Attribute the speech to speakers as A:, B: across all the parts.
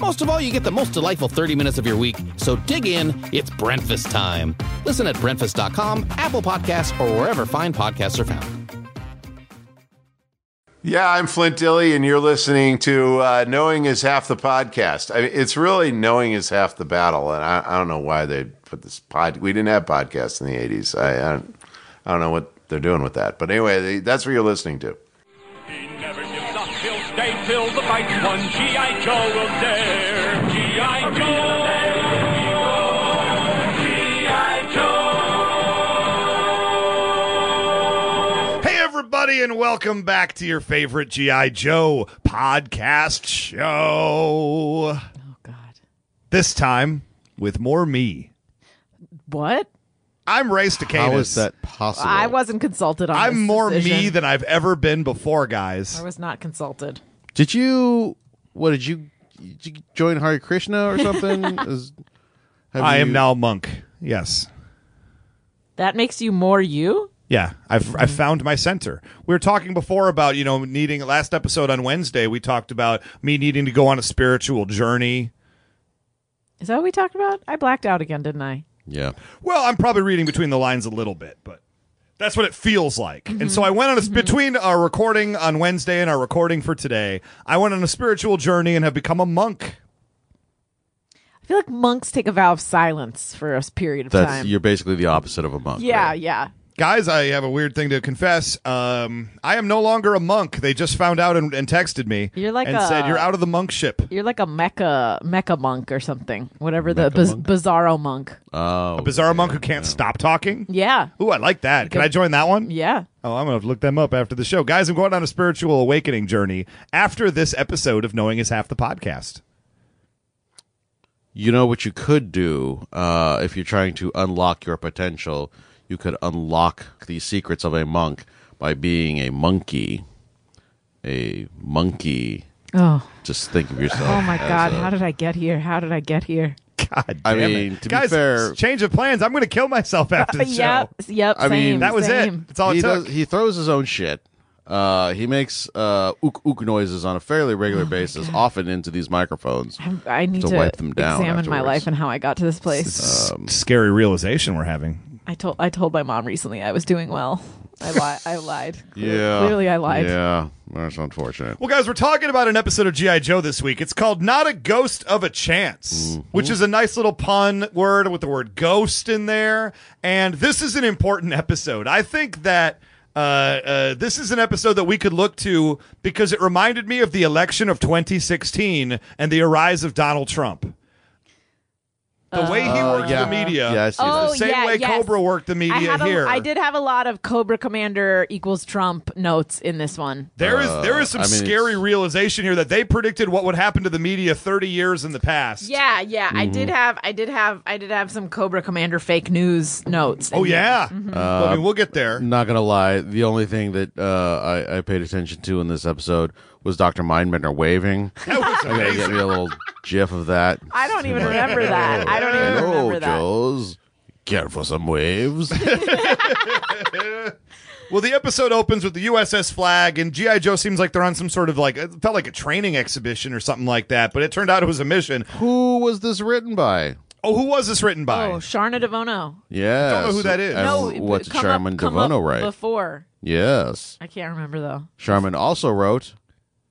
A: Most of all, you get the most delightful 30 minutes of your week. So dig in, it's breakfast time. Listen at breakfast.com, Apple Podcasts, or wherever fine podcasts are found.
B: Yeah, I'm Flint Dilly, and you're listening to uh, Knowing is Half the Podcast. I mean, it's really Knowing is Half the Battle, and I, I don't know why they put this pod. We didn't have podcasts in the 80s. I, I, don't, I don't know what they're doing with that. But anyway, they, that's what you're listening to.
C: He never gives up. He'll stay till the fight's won. G.I. Joe will dare. G.I. Joe. G.I.
D: Hey, everybody, and welcome back to your favorite G.I. Joe podcast show.
E: Oh God.
D: This time with more me.
E: What?
D: I'm Ray Stacanis.
F: How is that possible?
E: I wasn't consulted on this
D: I'm more me
E: decision.
D: than I've ever been before,
E: I
D: guys.
E: was not consulted.
F: Did you? What did you? Did you join Hare Krishna or something? Is- have
D: I am
F: you-
D: now monk. Yes.
E: That makes you more you?
D: Yeah, I've I found my center. We were talking before about you know needing. Last episode on Wednesday, we talked about me needing to go on a spiritual journey.
E: Is that what we talked about? I blacked out again, didn't I?
F: Yeah.
D: Well, I'm probably reading between the lines a little bit, but that's what it feels like. And so I went on
E: Mm-hmm.
D: a between our recording on Wednesday and our recording for today. I went on a spiritual journey and have become a monk.
E: I feel like monks take a vow of silence for a s- period of
F: That's
E: time.
F: you're basically the opposite of a monk.
E: yeah,
F: right?
E: yeah.
D: Guys, I have a weird thing to confess. Um, I am no longer a monk. They just found out and, and texted me.
E: You're like
D: and
E: a-
D: said you're out of the monkship.
E: You're like a mecca mecca monk or something. Whatever the biz- bizarro monk.
F: Oh,
D: A bizarre monk who can't stop talking.
E: Yeah.
D: Ooh, I like that. Can I join that one?
E: Yeah.
D: Oh, I'm going to have to look them up after the show. Guys, I'm going on a spiritual awakening journey after this episode of Knowing is Half the Podcast.
F: You know what you could do uh, if you're trying to unlock your potential? You could unlock the secrets of a monk by being a monkey. A monkey.
E: Oh.
F: Just think of yourself.
E: Oh my
F: as
E: god,
F: a-
E: how did I get here? How did I get here?
D: God
F: I
D: damn
F: mean,
D: it.
F: to be
D: Guys,
F: fair-
D: change of plans. I'm going to kill myself after the show.
E: yep. Yep.
F: I mean-
E: same,
D: That was
E: same.
D: it. That's all
F: he,
D: it took.
F: does- he throws his own shit. Uh, he makes uh, ook ook noises on a fairly regular basis, often into these microphones.
E: I'm- Oh I need
F: To
E: to,
F: wipe them down
E: examine my
F: afterwards.
E: life and how I got to this place.
D: S-
F: um,
D: scary realization we're having.
E: I told I told my mom recently I was doing well. I li- I lied. Clear-
F: Yeah,
E: Clearly I lied.
F: Yeah, that's unfortunate.
D: Well, guys, we're talking about an episode of G.I. Joe this week. It's called Not a Ghost of a Chance,
F: Mm-hmm.
D: which is a nice little pun word with the word ghost in there. And this is an important episode. I think that. Uh, uh, this is an episode that we could look to because it reminded me of the election of 2016 and the rise of Donald Trump. The way he worked
F: yeah.
D: the media
F: Yeah, I
D: is
F: see that.
D: the same
E: Uh, Oh, yeah,
D: way
E: yes.
D: Cobra worked the
E: I,
D: media
E: had a-
D: here.
E: I did have a lot of Cobra Commander equals Trump notes in this one.
D: There is there is some
F: Uh, I mean,
D: scary
F: it's-
D: realization here that they predicted what would happen to the media 30 years in the past.
E: Yeah, yeah, I did have, I did have, I did have some Cobra Commander fake news notes.
D: Oh yeah.
E: Mm-hmm.
F: Uh,
D: Well, I mean, we'll get there.
F: Not gonna lie, the only thing that uh, I, I paid attention to in this episode was Doctor Mindbender waving.
D: That was
F: I gotta get
D: amazing.
F: me a little gif of that.
E: I don't even remember that. I don't even
F: Hello,
E: remember that.
F: Joes. Care for some waves?
D: well, the episode opens with the USS flag, and GI Joe seems like they're on some sort of like it felt like a training exhibition or something like that. But it turned out it was a mission.
F: Who was this written by?
D: Oh, who was this written by?
E: Oh, Sharna Devono.
F: Yeah,
D: know who that is.
E: No,
F: what's
E: come
F: Sharman
E: up, come up
F: Devono right?
E: before?
F: Yes.
E: I can't remember though.
F: Sharman also wrote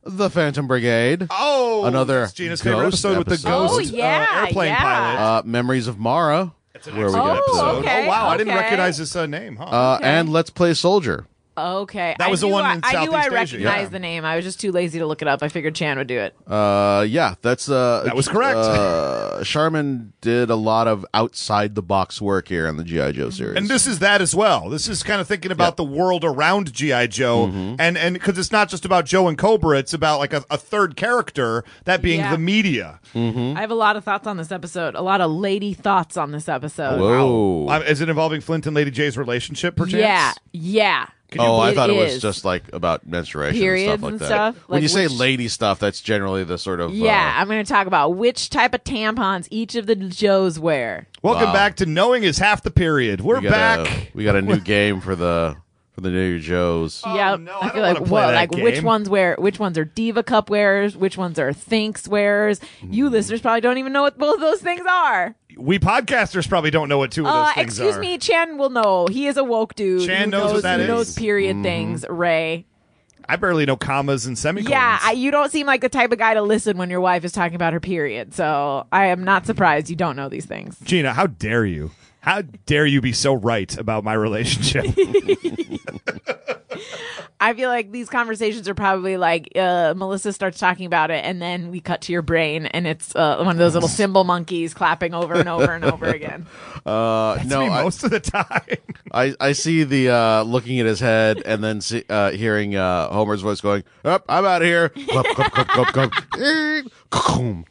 F: The Phantom Brigade,
D: Oh,
F: Another
D: it's Gina's favorite
F: ghost
D: episode, with the
F: episode.
D: ghost
E: Oh, yeah,
D: uh, airplane
E: yeah.
D: pilot.
F: uh, Memories of Mara,
D: That's an
F: Where we
D: excellent
F: got
D: episode.
F: episode.
E: okay,
D: oh wow, I didn't
E: okay.
D: recognize his uh, name, huh?
F: Uh, And Let's Play Soldier.
E: Okay,
D: That
E: I
D: was the
E: knew
D: one
E: I,
D: in
E: I knew I
D: Southeast Asia, yeah.
E: recognized the name. I was just too lazy to look it up. I figured Chan would do it.
F: Uh, yeah, that's uh,
D: That was correct.
F: Uh, Sharman did a lot of outside the box work here on the GI Joe series.
D: and this is that as well. This is kind of thinking about the world around GI Joe,
F: Mm-hmm.
D: and and because it's not just about Joe and Cobra, it's about like a, a third character, that being
E: Yeah.
D: the media.
E: I have a lot of thoughts on this episode. A lot of lady thoughts on this episode.
F: whoa.
D: Um, is it involving Flint and Lady J's relationship, perchance?
E: yeah, yeah.
F: Oh, I
E: It
F: thought it was
E: is.
F: just like about menstruation
E: Periods
F: and stuff like
E: and
F: that.
E: stuff,
F: when
E: like
F: you say
E: which-
F: lady stuff, that's generally the sort of
E: Yeah,
F: uh,
E: I'm going to talk about which type of tampons each of the Joes wear.
D: Welcome
F: Wow.
D: back to Knowing is Half the Period. We're
F: we got
D: back.
F: A, we got a new game for the for the New Joes.
E: yeah,
D: Oh, no, I
E: I
D: don't
E: feel like
D: wanna play
E: whoa,
D: that
E: like which
D: game.
E: ones wear which ones are diva cup wearers, which ones are thinks wearers. You
F: Hmm.
E: listeners probably don't even know what both of those things are.
D: we podcasters probably don't know what two of those
E: Uh,
D: things
E: excuse
D: are.
E: me, Chan will know. He is a woke dude.
D: Chan
E: who
D: knows what that
E: who
D: is.
E: knows period
F: Mm-hmm.
E: things. Ray.
D: I barely know commas and semicolons.
E: Yeah, I, you don't seem like the type of guy to listen when your wife is talking about her period. So I am not surprised you don't know these things.
D: Gina, how dare you? How dare you be so right about my relationship?
E: I feel like these conversations are probably like uh, Melissa starts talking about it, and then we cut to your brain, and it's uh, one of those little symbol monkeys clapping over and over and over again.
F: Uh, no,
D: Me
F: I,
D: most of the time.
F: I I see the uh, looking at his head and then see, uh, hearing uh, Homer's voice going, "Up, I'm out of here." Clup, clup, clup, clup, clup. Eh, kakoom.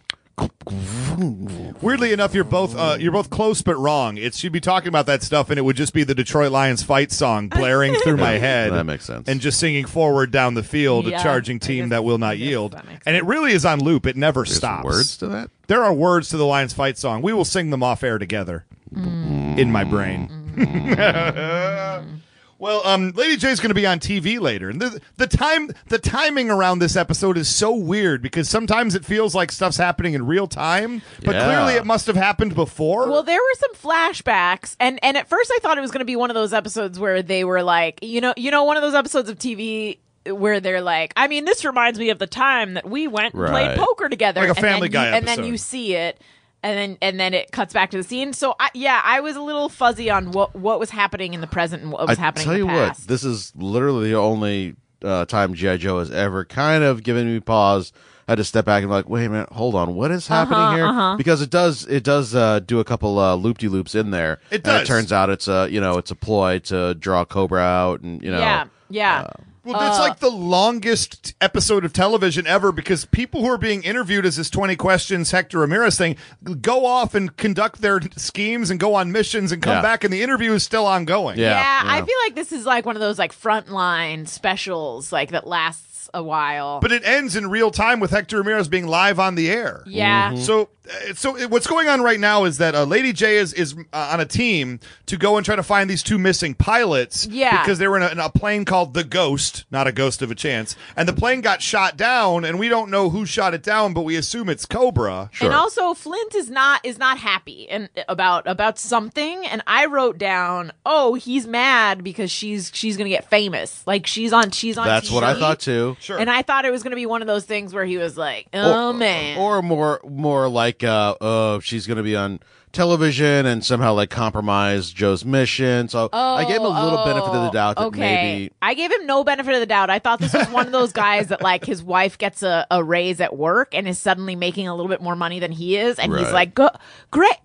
D: Weirdly enough, you're both uh, you're both close but wrong. It should be talking about that stuff, and it would just be the Detroit Lions fight song blaring through my head.
F: that makes sense.
D: And just singing forward down the field,
E: Yeah,
D: a charging
E: I
D: team
E: guess-
D: that will
E: I
D: not
E: guess
D: yield.
E: that makes
D: And it really is on loop. It never
F: There's some
D: stops.
F: words to that.
D: There are words to the Lions fight song. We will sing them off air together in my brain. well, um, Lady J's going to be on TV later, and the, the time the timing around this episode is so weird because sometimes it feels like stuff's happening in real time, but
F: Yeah.
D: clearly it must have happened before.
E: Well, there were some flashbacks, and and at first I thought it was going to be one of those episodes where they were like, you know, you know, one of those episodes of TV where they're like, I mean, this reminds me of the time that we went and
F: Right.
E: played poker together,
D: Like a
E: and then
D: Family
E: you-
D: Guy
E: and then
D: episode.
E: you see it. And then and then it cuts back to the scene. So I, yeah, I was a little fuzzy on what what was happening in the present and what was
F: I
E: happening.
F: tell
E: in
F: you
E: the
F: what,
E: past.
F: this is literally the only uh, time GI Joe has ever kind of given me pause. I had to step back and be like, wait a minute, hold on, what is happening
E: Uh-huh,
F: here? Because it does, it does uh, do a couple uh, loop de loops in there.
D: It
F: And
D: does.
F: it turns out it's a, you know, it's a ploy to draw Cobra out, and you know, uh,
E: yeah, yeah.
D: Well, that's like the longest t- episode of television ever because people who are being interviewed as this 20 questions Hector Ramirez thing go off and conduct their schemes and go on missions and come
F: Yeah.
D: back and the interview is still ongoing.
F: Yeah,
E: Yeah, I
F: yeah.
E: feel like this is like one of those like frontline specials like that lasts a while.
D: But it ends in real time with Hector Ramirez being live on the air.
E: yeah.
F: Mm-hmm.
D: So, uh, so it- what's going on right now is that uh, Lady J is is uh, on a team to go and try to find these two missing pilots.
E: Yeah.
D: because they were in a, in a plane called the Ghost, not a ghost of a chance, and the plane got shot down, and we don't know who shot it down, but we assume it's Cobra.
F: Sure.
E: And also Flint is not is not happy and about about something and I wrote down, "Oh, he's mad because she's she's going to get famous. Like she's on she's on
F: that's what I
E: TV.
F: thought too.
D: Sure.
E: And I thought it was going to be one of those things where he was like, "Oh man."
F: Or more, more like, uh, oh, she's going to be on television and somehow like compromise Joe's mission. So I gave him a little benefit of the doubt that
E: Oh, okay.
F: maybe
E: I gave him no benefit of the doubt. I thought this was one of those guys that like his wife gets a, a raise at work and is suddenly making a little bit more money than he is, and
F: Right.
E: he's like, Go, great,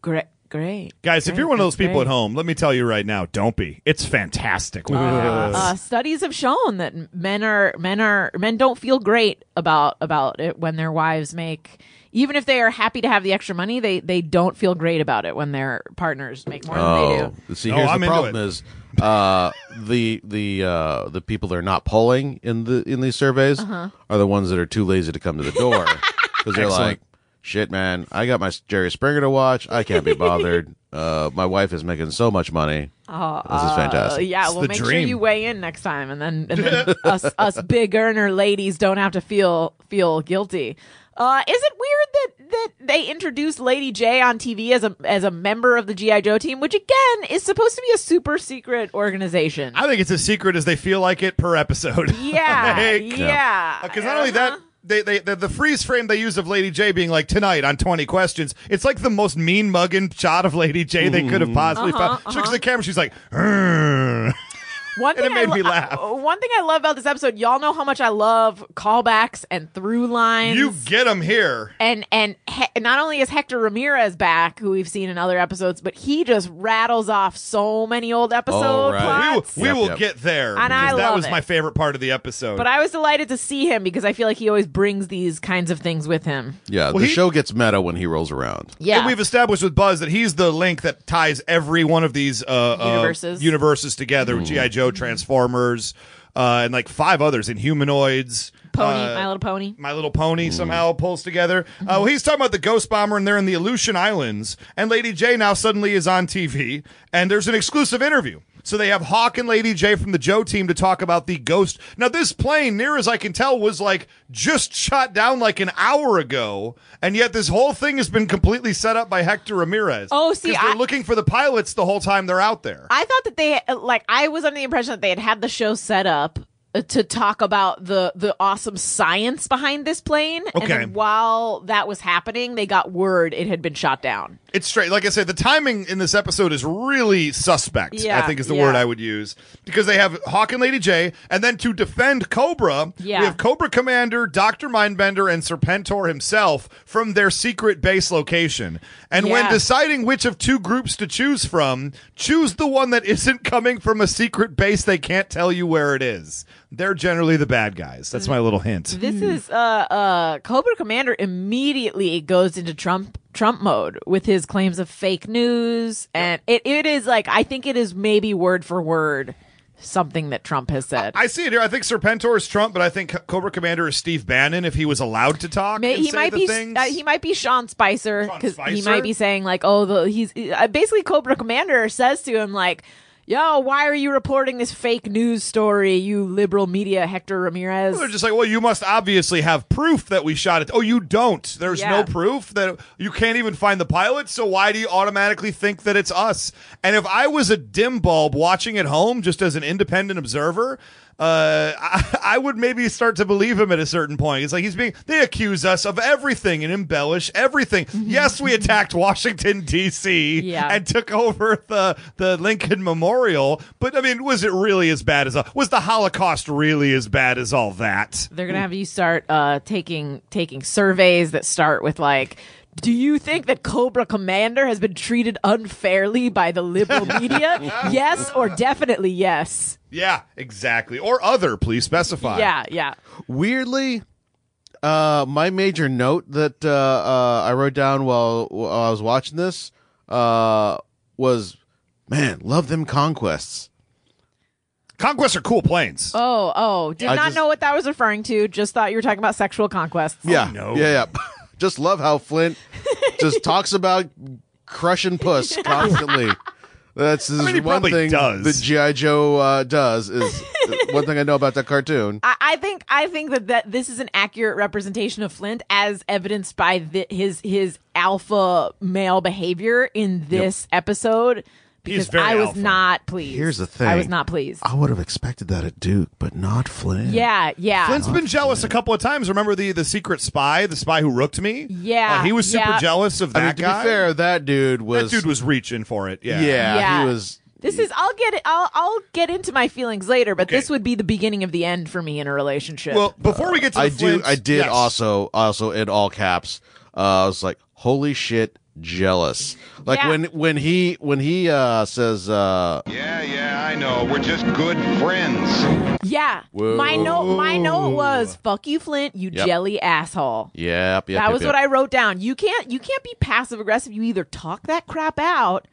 E: great, great.
D: Guys, if
E: great,
D: you're one of those
E: that's
D: people at
E: great."
D: home, let me tell you right now, don't be. It's fantastic. when it happens.
E: Uh, studies have shown that men are men are men don't feel great about about it when their wives make even if they are happy to have the extra money they they don't feel great about it when their partners make more than they do.
F: Oh, see,
D: No,
F: here's
D: I'm
F: the
D: into
F: problem
D: it.
F: is uh, the the uh, the people that are not polling in the in these surveys
E: Uh-huh.
F: are the ones that are too lazy to come to the door because they're like, shit, man, I got my Jerry Springer to watch. I can't be bothered. uh, my wife is making so much money. this is
E: Uh,
F: fantastic.
E: yeah, well,
D: the
E: make
D: dream.
E: sure you weigh in next time, and then, and then us us big earner ladies don't have to feel feel guilty. Uh, is it weird that that they introduced Lady J on TV as a as a member of the GI Joe team, which again is supposed to be a super secret organization?
D: I think it's as secret as they feel like it per episode.
E: yeah,
D: Like,
E: yeah. Uh-huh.
D: Because Uh, not only that, they, they the, the freeze frame they use of Lady J being like tonight on twenty questions. It's like the most mean mugging shot of Lady J they
F: Mm.
D: could have possibly found.
E: Uh-huh,
D: She looks at the camera. She's like, "Urgh."
E: One
D: And
E: thing
D: it made
E: I
D: me laugh.
E: uh, One thing I love about this episode, y'all know how much I love callbacks and through lines.
D: "You get them here."
E: and and he- not only is Hector Ramirez back, who we've seen in other episodes, but he just rattles off so many old episode
F: All right.
D: We,
E: plots.
D: we
F: Yep,
D: will
F: yep.
D: get there.
E: And I
D: because that
E: love
D: was
E: it.
D: my favorite part of the episode.
E: but I was delighted to see him because I feel like he always brings these kinds of things with him.
F: Yeah,
D: Well,
F: the
D: he-
F: show gets meta when he rolls around.
E: Yeah,
D: And we've established with Buzz that he's the link that ties every one of these uh, uh,
E: Universes.
D: universes together.
F: Mm.
D: GI Joe, Transformers, uh, and like five others in humanoids.
E: Pony,
D: uh,
E: My Little Pony.
D: My Little Pony somehow pulls together. Uh, well, he's talking about the Ghost Bomber, and they're in the Aleutian Islands. And Lady J now suddenly is on TV, and there's an exclusive interview. So they have Hawk and Lady J from the Joe team to talk about the Ghost. Now, this plane, near as I can tell, was like just shot down like an hour ago, and yet this whole thing has been completely set up by Hector Ramirez.
E: Oh, see,
D: 'Cause they're
E: I-
D: looking for the pilots the whole time they're out there.
E: I thought that they like I was under the impression that they had had the show set up uh, to talk about the the awesome science behind this plane.
D: Okay.
E: And then while that was happening, they got word it had been shot down.
D: it's straight. Like I said, the timing in this episode is really suspect.
E: Yeah,
D: I think is the
E: yeah.
D: word I would use because they have Hawk and Lady J, and then to defend Cobra,
E: Yeah.
D: we have Cobra Commander, Doctor Mindbender, and Serpentor himself from their secret base location. And when
E: Yeah.
D: deciding which of two groups to choose from, choose the one that isn't coming from a secret base they can't tell you where it is. They're generally the bad guys. That's my little hint.
E: This is uh uh Cobra Commander immediately goes into Trump Trump mode with his claims of fake news and it, it is like I think it is maybe word for word something that Trump has said.
D: I see it here. I think Serpentor is Trump, but I think Co- Cobra Commander is Steve Bannon if he was allowed to talk.
E: May,
D: and
E: he
D: say
E: might
D: the
E: be
D: things.
E: uh, he might be Sean Spicer
D: Sean
E: because he
D: Spicer?
E: might be saying like, oh, the, he's uh, basically Cobra Commander says to him like, yo, why are you reporting this fake news story, you liberal media, Hector Ramirez?
D: They're just like, well, you must obviously have proof that we shot it. Oh, you don't. There's
E: Yeah.
D: no proof that you can't even find the pilot. So why do you automatically think that it's us? And if I was a dim bulb watching at home, just as an independent observer, uh, I, I would maybe start to believe him at a certain point. It's like he's being, they accuse us of everything and embellish everything. yes, we attacked Washington, D.C.
E: Yeah.
D: and took over the the Lincoln Memorial. But I mean, was it really as bad as was the Holocaust really as bad as all that?
E: They're gonna have you start uh, taking taking surveys that start with like. Do you think that Cobra Commander has been treated unfairly by the liberal media? yes or definitely yes.
D: Yeah, exactly. Or other, please specify.
E: Yeah, yeah.
F: Weirdly, uh, my major note that uh, uh, I wrote down while, while I was watching this uh, was, man, love them conquests.
D: conquests are cool planes.
E: Oh, oh. Did
F: I
E: not
F: just-
E: know what that was referring to. Just thought you were talking about sexual conquests.
F: yeah,
D: no.
F: yeah, yeah. just love how Flint just talks about crushing puss constantly. That's this
D: mean, he
F: one
D: probably
F: thing
D: does.
F: that GI Joe uh, does is one thing I know about that cartoon.
E: I, I think I think that, that this is an accurate representation of Flint as evidenced by the, his his alpha male behavior in this episode because
D: very
E: I was
D: alpha.
E: not pleased.
F: Here's the
E: I was
F: thing. Uh,
E: not pleased.
F: I would have expected that at Duke, but not Flint.
E: Yeah, yeah.
D: Flint's been jealous a couple of times. Remember the the secret spy, the spy who rooked me?
E: Yeah,
D: Uh, he was super
E: yeah.
D: jealous of that
F: I mean, to
D: guy.
F: be fair, that dude was
D: that dude was reaching for it.
F: yeah,
D: Yeah.
E: Yeah.
F: he was
E: This is I'll get it I'll I'll get into my feelings later, but this would be the beginning of the end for me in a relationship.
D: Well, before we get to the
F: I do
D: Flint,
F: I did
D: Yes.
F: also also in all caps. Uh, I was like, holy shit, jealous. Like
E: Yeah.
F: when when he when he uh says uh
G: Yeah, yeah, I know. We're just good friends.
E: yeah. My note my note was fuck you Flint, you
F: Yep.
E: jelly asshole.
F: Yep, yep.
E: that
F: yep,
E: was
F: yep.
E: what I wrote down. You can't you can't be passive aggressive. You either talk that crap out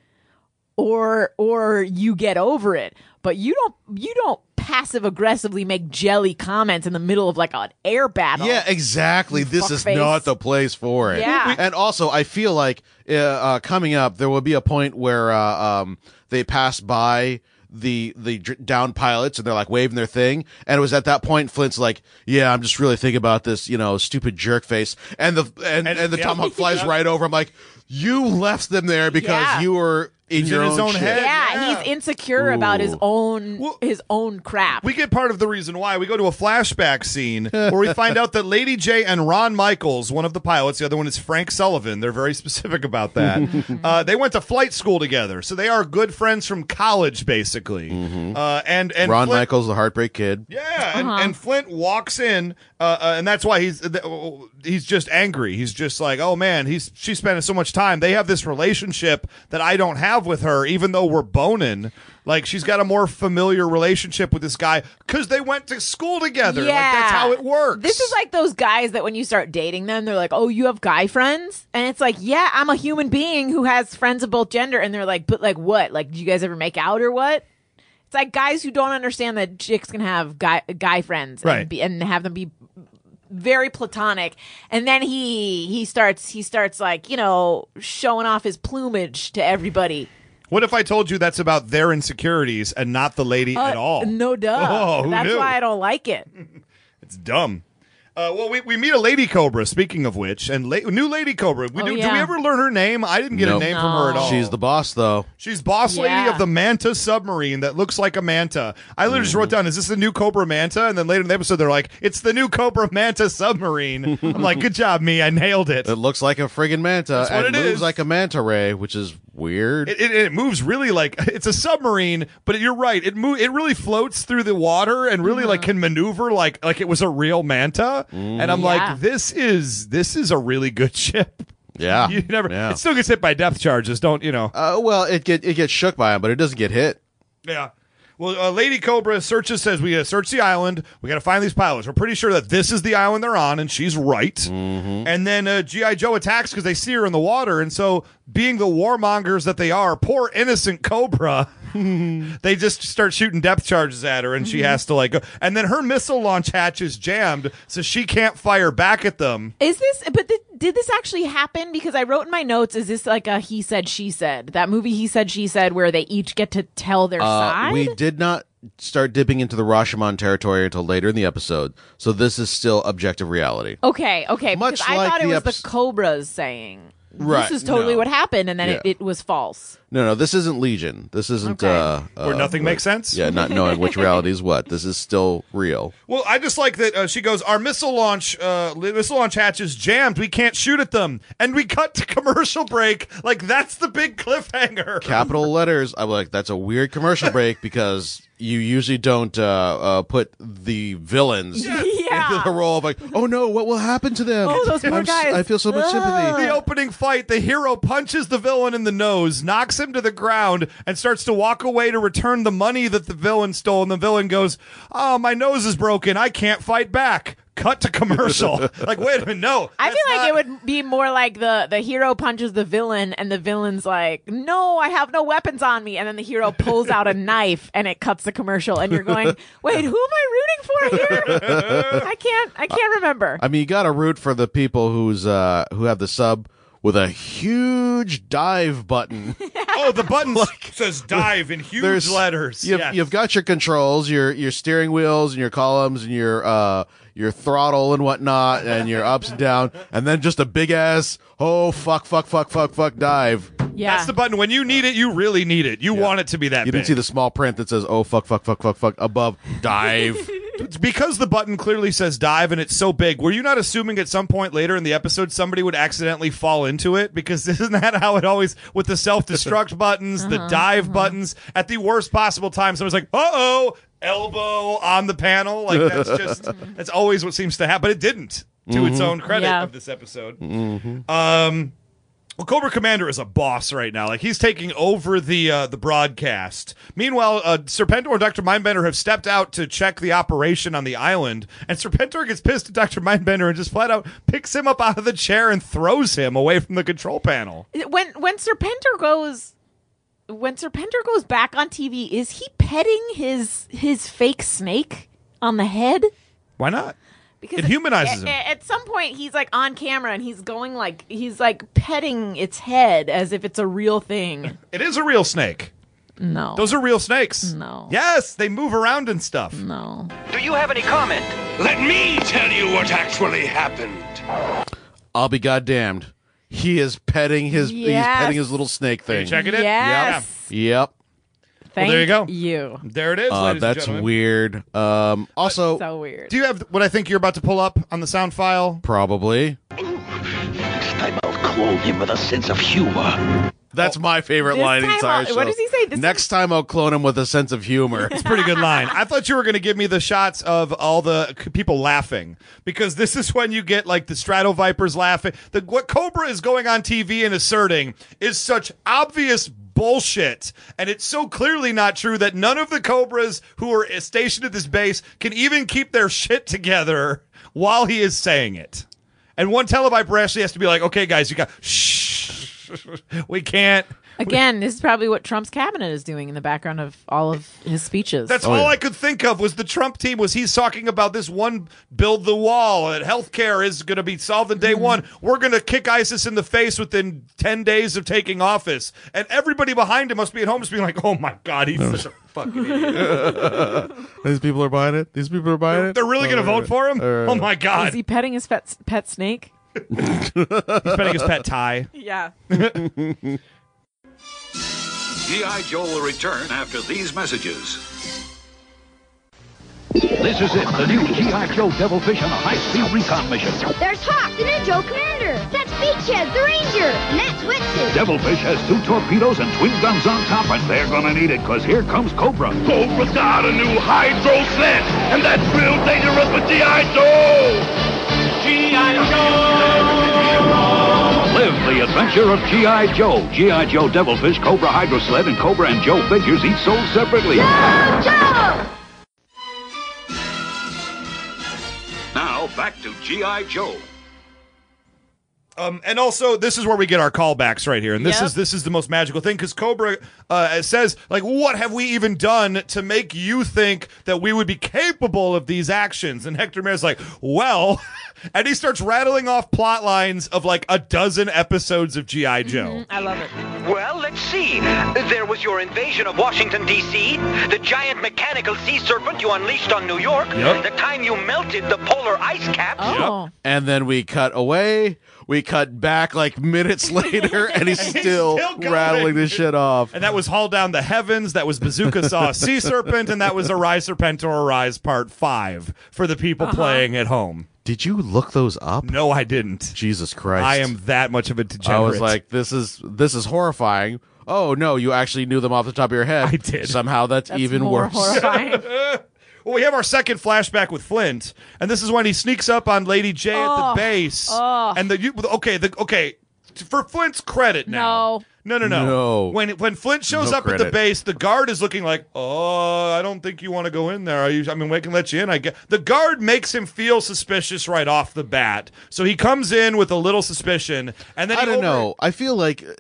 E: or or you get over it. But you don't you don't passive aggressively make jelly comments in the middle of like an air battle.
F: Yeah, exactly. This is
E: fuckface.
F: not the place for it.
E: Yeah. We-
F: And also, I feel like uh, uh, coming up, there will be a point where uh, um, they pass by the the dr- down pilots and they're like waving their thing and it was at that point flint's like yeah i'm just really thinking about this you know stupid jerk face and the and, and,
D: And-
F: the
D: yeah.
F: tomahawk flies
D: Yeah.
F: right over i'm like you left them there because
E: Yeah.
F: you were in
D: He's
F: your
D: in his own
F: shit.
D: head.
E: yeah,
D: yeah.
E: he's insecure about his
F: Ooh.
E: own
D: Well-
E: his own crap.
D: We get part of the reason why. We go to a flashback scene where we find out that Lady J and Ron Michaels, one of the pilots, the other one is Frank Sullivan. They're very specific about that. uh, they went to flight school together, so they are good friends from college, basically. Uh, and and
F: Mm-hmm. Ron
D: Flint-
F: Michaels, the Heartbreak Kid.
D: Yeah,
E: Uh-huh.
D: and, and Flint walks in, uh, uh, and that's why he's th- uh, he's just angry. He's just like, oh man, he's she's spending so much time. They have this relationship that I don't have with her, even though we're boning. Like she's got a more familiar relationship with this guy because they went to school together.
E: Yeah,
D: Like that's how it works.
E: This is like those guys that when you start dating them, they're like, "Oh, you have guy friends," and it's like, "Yeah, I'm a human being who has friends of both gender," and they're like, "But like what? Like, do you guys ever make out or what?" It's like guys who don't understand that chicks can have guy guy friends and
D: Right.
E: be, and have them be very platonic and then he he starts he starts like you know showing off his plumage to everybody
D: what if I told you that's about their insecurities and not the lady at
E: Uh,
D: all?
E: no duh
D: Oh, who
E: that's
D: knew?
E: why i don't like it
D: It's dumb. Uh, well, we, we meet a lady cobra. Speaking of which, and la- new lady cobra. We
E: Oh,
D: do, do we
E: yeah.
D: ever learn her name? I didn't get a
F: Nope.
D: name from her at all.
F: She's the boss, though.
D: She's boss lady
E: Yeah.
D: of the Manta submarine that looks like a manta. I literally
F: Mm.
D: just wrote down, "Is this the new Cobra Manta?" And then later in the episode, they're like, "It's the new Cobra Manta submarine." I'm like, "Good job, me! I nailed it."
F: It
D: It,
F: looks like a friggin' manta
D: what
F: and
D: it
F: moves
D: is.
F: like a manta ray, which is weird.
D: it, it moves really like it's a submarine, but you're right. It mo- it really floats through the water and really like can maneuver like like it was a real manta. And I'm
E: Yeah.
D: like, "This is this is a really good ship."
F: yeah,
D: You never.
F: Ah, Yeah.
D: It still gets hit by depth charges. Don't you know?
F: Uh, well, it get it gets shook by him, but it doesn't get hit.
D: Yeah. Well, uh, Lady Cobra searches says we gotta search the island. We gotta find these pilots. We're pretty sure that this is the island they're on, and she's right.
F: Mm-hmm.
D: And then uh, GI Joe attacks because they see her in the water, and so being the warmongers that they are, poor innocent Cobra, they just start shooting depth charges at her, and
F: Mm-hmm.
D: she has to like go. And then her missile launch hatch is jammed, so she can't fire back at them.
E: Is this? But th- did this actually happen? Because I wrote in my notes, is this like a he said she said that movie he said she said where they each get to tell their
F: Uh,
E: side?
F: we did not start dipping into the Rashomon territory until later in the episode, so this is still objective reality.
E: okay, okay.
F: Much
E: because I
F: like
E: thought it
F: the
E: was
F: eps-
E: the Cobras saying
F: Right,
E: this is totally
F: no.
E: what happened, and then it,
F: Yeah.
E: it was false.
F: No, no, this isn't Legion. This isn't
E: Okay.
F: uh, uh,
D: Where nothing makes sense?
F: Yeah, not knowing which reality is what. This is still real.
D: Well, I just like that uh, she goes. Our missile launch, uh, li- missile launch hatch is jammed. We can't shoot at them, and we cut to commercial break. Like that's the big cliffhanger.
F: Capital letters. I'm like, that's a weird commercial break because you usually don't uh, uh, put the villains into the
E: Yeah.
F: role of like, oh no, what will happen to them?
E: Oh, those poor
F: I'm s-
E: guys.
F: I feel so much sympathy.
D: the opening fight, the hero punches the villain in the nose, knocks him to the ground, and starts to walk away to return the money that the villain stole. And the villain goes, "Oh, my nose is broken. I can't fight back." Cut to commercial. like, wait a minute, no.
E: I
D: that's
E: feel like
D: not-
E: it would be more like the the hero punches the villain, and the villain's like, "No, I have no weapons on me," and then the hero pulls out a knife, and it cuts the commercial, and you're going, "Wait, who am I rooting for here? I can't, I can't remember."
F: I mean, you got to root for the people who's uh, who have the sub with a huge dive button.
D: Oh, the button says dive in huge letters.
F: You've,
D: Yes.
F: you've got your controls, your your steering wheels, and your columns, and your uh, your throttle and whatnot, and your ups and down, and then just a big ass oh fuck fuck fuck fuck fuck dive.
E: yeah,
D: That's the button. When you need it, you really need it. You want it to be that
F: You
D: big.
F: didn't see the small print that says oh fuck fuck fuck fuck fuck above dive.
D: It's because the button clearly says dive and it's so big. Were you not assuming at some point later in the episode somebody would accidentally fall into it? Because isn't that how it always with the self destruct buttons,
E: Uh-huh,
D: the dive buttons, at the worst possible time, someone's like, uh oh, elbow on the panel. Like that's just that's always what seems to happen. But it didn't to its
F: Mm-hmm.
D: own credit
E: Yeah.
D: of this episode. Um well, Cobra Commander is a boss right now. Like he's taking over the uh, the broadcast. Meanwhile, uh, Serpentor and Doctor Mindbender have stepped out to check the operation on the island, and Serpentor gets pissed at Doctor Mindbender and just flat out picks him up out of the chair and throws him away from the control panel.
E: when when Serpenter goes when Serpenter goes back on TV, is he petting his his fake snake on the head?
D: Why not?
E: Because
D: It humanizes
E: at,
D: him.
E: At, at some point, he's like on camera and he's going like he's like petting its head as if it's a real thing.
D: It is a real snake.
E: No,
D: Those are real snakes.
E: No.
D: Yes, they move around and stuff.
E: no.
H: Do you have any comment?
C: Let me tell you what actually happened.
F: I'll be goddamned. He is petting his he's
E: Yes.
F: petting his little snake thing.
D: Check it in.
E: Yes.
F: Yep.
E: Thank
D: there you go.
E: You.
D: Yeah. There it is,
F: Uh,
D: ladies and
F: that's
D: gentlemen.
F: weird. Um, also,
E: So weird.
D: Do you have what I think you're about to pull up on the sound file?
F: probably
H: Next time I'll clone him with a sense of humor.
F: that's my favorite
E: This
F: line in the
E: time
F: entire
E: I'll-
F: show.
E: what does he say? This
F: Next time I'll clone him with a sense of humor.
D: Pretty good line. I thought you were going to give me the shots of all the c- people laughing because this is when you get like the Strato Vipers laughing. The what Cobra is going on TV and asserting is such obvious bullshit, and it's so clearly not true that none of the Cobras who are eh, stationed at this base can even keep their shit together while he is saying it. And one televiper actually has to be like, "Okay, guys, you got shh, we can't."
E: Again, this is probably what Trump's cabinet is doing in the background of all of his speeches.
D: That's all I could think of was the Trump team was he's talking about this one build the wall and healthcare is going to be solved in day one. We're going to kick ISIS in the face within 10 days of taking office. And everybody behind him must be at home just being like, oh my God, he's such a fucking idiot.
F: These people are buying it. These people are buying it.
D: They're really going to vote for him? Oh my
E: is
D: God.
E: he petting his pet, pet snake?
D: He's petting his pet tie.
E: Yeah.
G: G.I. Joe will return after these messages.
H: This is it, the new G.I. Joe Devilfish on a high-speed recon mission.
I: There's Hawk, the Ninja Commander. That's Beachhead, the Ranger. And that's Wixie.
H: Devilfish has two torpedoes and twin guns on top, and they're gonna need it, because here comes Cobra. Cobra's got a new hydro set, and that's real dangerous for G.I. Joe! Live the adventure of G.I. Joe. G.I. Joe Devilfish, Cobra Hydro Sled, and Cobra and Joe figures each sold separately.
I: Joe!
G: Now back to G.I. Joe.
D: Um, and also, this is where we get our callbacks right here, and this
E: Yep.
D: is this is the most magical thing because Cobra uh, says, like, what have we even done to make you think that we would be capable of these actions? And Hector Mayer's like, well, and he starts rattling off plot lines of like a dozen episodes of GI Joe.
E: I love it.
J: Well, let's see. There was your invasion of Washington, D.C., the giant mechanical sea serpent you unleashed on New York,
D: Yep.
J: the time you melted the polar ice cap.
E: Oh.
F: and then we cut away. We cut back like minutes later, and he's still,
D: still going.
F: rattling this shit off.
D: And that was Haul Down the Heavens, that was Bazooka Saw Sea Serpent, and that was Arise Serpentor Arise Part 5 for the people playing at home.
F: Did you look those up?
D: No, I didn't.
F: Jesus Christ!
D: I am that much of a degenerate.
F: I was like, this is this is horrifying. Oh no, you actually knew them off the top of your head.
D: I did.
F: Somehow that's,
E: That's
F: even
E: more
F: worse.
E: horrifying.
D: Well, we have our second flashback with Flint, and this is when he sneaks up on Lady J at the base. And the you, okay, the okay, for Flint's credit now. No. No, no,
F: No.
D: When when Flint shows
F: No
D: up at the
F: credit.
D: base, the guard is looking like, "Oh, I don't think you want to go in there. Are you, I mean, we can let you in." I guess the guard makes him feel suspicious right off the bat, so he comes in with a little suspicion, and then
F: I
D: he
F: don't
D: over-
F: know. I feel like uh,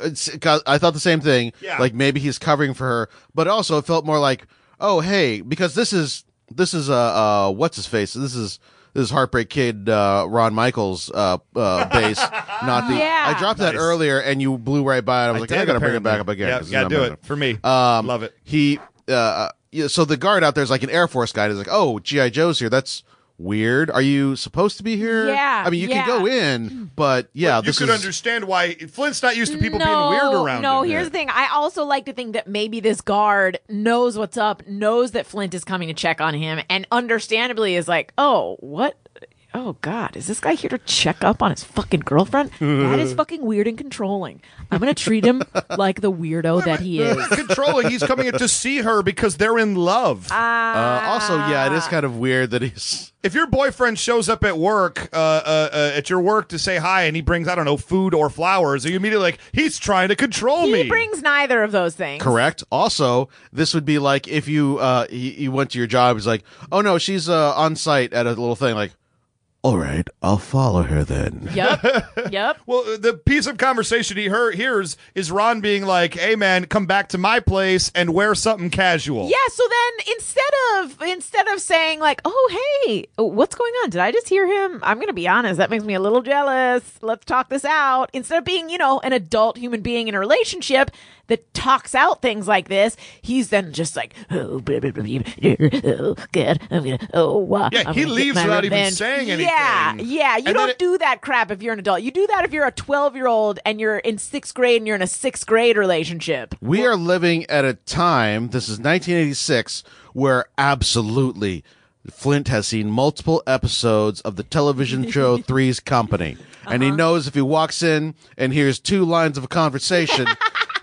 F: it's. got- I thought the same thing.
D: Yeah.
F: Like maybe he's covering for her, but also it felt more like, oh hey, because this is this is uh, uh what's his face? This is this is Heartbreak Kid uh, Ron Michaels uh, uh base, not the.
E: Yeah.
F: I dropped that
D: Nice.
F: earlier, and you blew right by it. I was
D: I
F: like,
D: did,
F: I gotta bring it
D: apparently.
F: back up again.
D: Yeah,
F: 'cause this is
D: gotta
F: not
D: do
F: bad
D: it
F: enough.
D: for me.
F: Um,
D: Love it.
F: He, uh, yeah, so the guard out there is like an Air Force guy. He's like, "Oh, GI Joe's here. That's weird. Are you supposed to be here?
E: Yeah,
F: I mean, you
E: yeah.
F: can go in, but yeah,
D: you
F: this
D: could
F: is
D: understand why Flint's not used to people
E: no,
D: being weird around
E: No,
D: him.
E: here's the thing. I also like to think that maybe this guard knows what's up, knows that Flint is coming to check on him, and understandably is like, oh, what? Oh God, is this guy here to check up on his fucking girlfriend? That is fucking weird and controlling. I'm gonna treat him like the weirdo that he is.
D: controlling. He's coming in to see her because they're in love.
F: uh, also yeah, it is kind of weird that he's
D: if your boyfriend shows up at work, uh, uh, uh, at your work to say hi, and he brings I don't know food or flowers, are you immediately like he's trying to control
E: He
D: me?
E: brings neither of those things.
F: correct. Also, this would be like if you uh you, you went to your job. He's like, "Oh no, she's uh, on site at a little thing." Like, all right, I'll follow her then.
E: Yep. Yep.
D: well, uh, the piece of conversation he hear- hears is Ron being like, "Hey man, come back to my place and wear something casual."
E: Yeah, so then instead of instead of saying like, "Oh, hey, what's going on? Did I just hear him?" I'm going to be honest, that makes me a little jealous. Let's talk this out. Instead of being, you know, an adult human being in a relationship that talks out things like this, he's then just like, "Oh, blah, blah, blah, blah, blah, oh God, I'm going to oh, wow."
D: Yeah,
E: I'm
D: he
E: gonna get
D: leaves
E: my
D: without even
E: revenge."
D: saying anything.
E: yeah,
D: thing.
E: yeah. You
D: And then
E: don't
D: it-
E: do that crap if you're an adult. You do that if you're a 12 year old and you're in sixth grade and you're in a sixth grade relationship.
F: We are living at a time, this is 1986, where absolutely Flint has seen multiple episodes of the television show Three's Company. And
E: Uh-huh.
F: he knows if he walks in and hears two lines of a conversation,